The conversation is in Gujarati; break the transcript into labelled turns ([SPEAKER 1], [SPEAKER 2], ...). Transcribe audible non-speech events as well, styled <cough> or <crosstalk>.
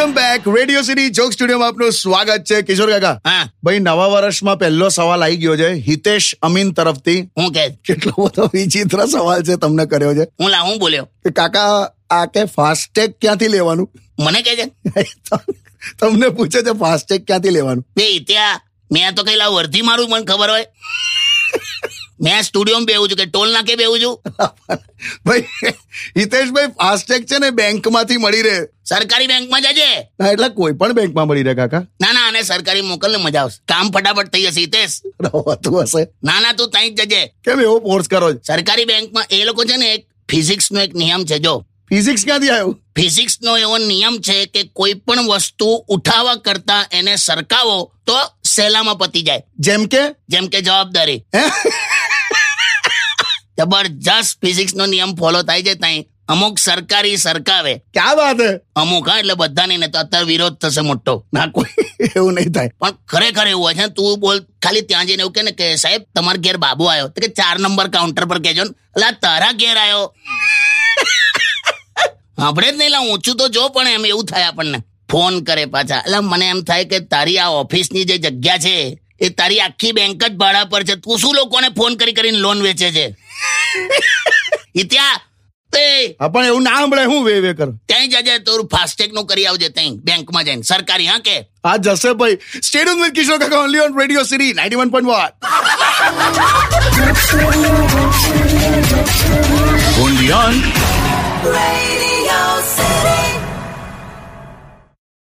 [SPEAKER 1] રેડિયો સિટી જોક સ્ટુડિયોમાં આપનું સ્વાગત છે કિશોર કાકા
[SPEAKER 2] હા
[SPEAKER 1] ભાઈ નવા વર્ષમાં પહેલો સવાલ આવી ગયો છે હિતેશ અમીન તરફથી
[SPEAKER 2] હું કે
[SPEAKER 1] કેટલો બધો વિચિત્ર સવાલ છે તમને કર્યો છે
[SPEAKER 2] હું લા હું બોલ્યો
[SPEAKER 1] કે કાકા આ કે ફાસ્ટેગ ક્યાંથી લેવાનું <laughs>
[SPEAKER 2] મને કે છે
[SPEAKER 1] તમને પૂછે છે ફાસ્ટેગ ક્યાંથી લેવાનું <laughs>
[SPEAKER 2] બે ત્યાં મેં તો કઈ લા વર્ધી મારું મને ખબર હોય મેં સ્ટુડિયો બેહું છું કે ટોલ નાકે બેહું છું
[SPEAKER 1] ભાઈ હિતેશભાઈ ફાસ્ટેગ છે ને બેંકમાંથી મળી રહે
[SPEAKER 2] સરકારી બેંકમાં જજે
[SPEAKER 1] ના એટલે કોઈ પણ બેંકમાં મળી રહે કાકા
[SPEAKER 2] ના ના આને સરકારી મોકલને મજા આવશે કામ ફટાફટ થઈ જશે હિતેશ
[SPEAKER 1] રવાતું હશે
[SPEAKER 2] ના ના તું ત્યાં જ જજે
[SPEAKER 1] કેમ એવો ફોર્સ કરો છો
[SPEAKER 2] સરકારી બેંકમાં એ લોકો છે ને એક ફિઝિક્સ નો એક નિયમ છે જો
[SPEAKER 1] ફિઝિક્સ ક્યાંથી આવ્યું
[SPEAKER 2] ફિઝિક્સ નો એવો નિયમ છે કે કોઈ પણ વસ્તુ ઉઠાવા કરતા એને સરકાવો તો સહેલામાં પતી જાય
[SPEAKER 1] જેમ કે
[SPEAKER 2] જેમ કે જવાબદારી
[SPEAKER 1] હે?
[SPEAKER 2] જબરજસ્ત ફિઝિક્સ નો નિયમ ફોલો થાય છે ત્યાં અમુક સરકારી સરકાવે
[SPEAKER 1] ક્યાં વાત હે
[SPEAKER 2] અમુક હા એટલે બધાને ને તો અત્યારે વિરોધ થશે મોટો
[SPEAKER 1] ના કોઈ એવું નહીં થાય
[SPEAKER 2] પણ ખરેખર એવું હોય છે ને, તું બોલ ખાલી ત્યાં જઈને એવું કે ને કે સાહેબ તમારા ઘેર બાબુ આવ્યો તો કે ચાર નંબર કાઉન્ટર પર કહેજો ને "અલા, તારા ઘેર આવ્યો <laughs> આપણે જ નહીં લા ઊંચું તો જો પણ એમ એવું થાય આપણને ફોન કરે પાછા એટલે મને એમ થાય કે તારી આ ઓફિસની જે જગ્યા છે એ તારી આખી બેંક જ ભાડા પર છે તું શું લોકોને ફોન કરી કરીને લોન વેચે છે <laughs> ઈ ત્યાં તે
[SPEAKER 1] હા પણ એવું ના સાંભળે હું વે વે કરો
[SPEAKER 2] ત્યાં જજે તારું ફાસ્ટેગ નું કરી આવજે ત્યાં બેંકમાં જઈને સરકારી હા કે
[SPEAKER 1] આ જશે ભાઈ સ્ટેડિયમ વિથ કિશોર કાકા only on radio city ninety one point one
[SPEAKER 3] Radio City.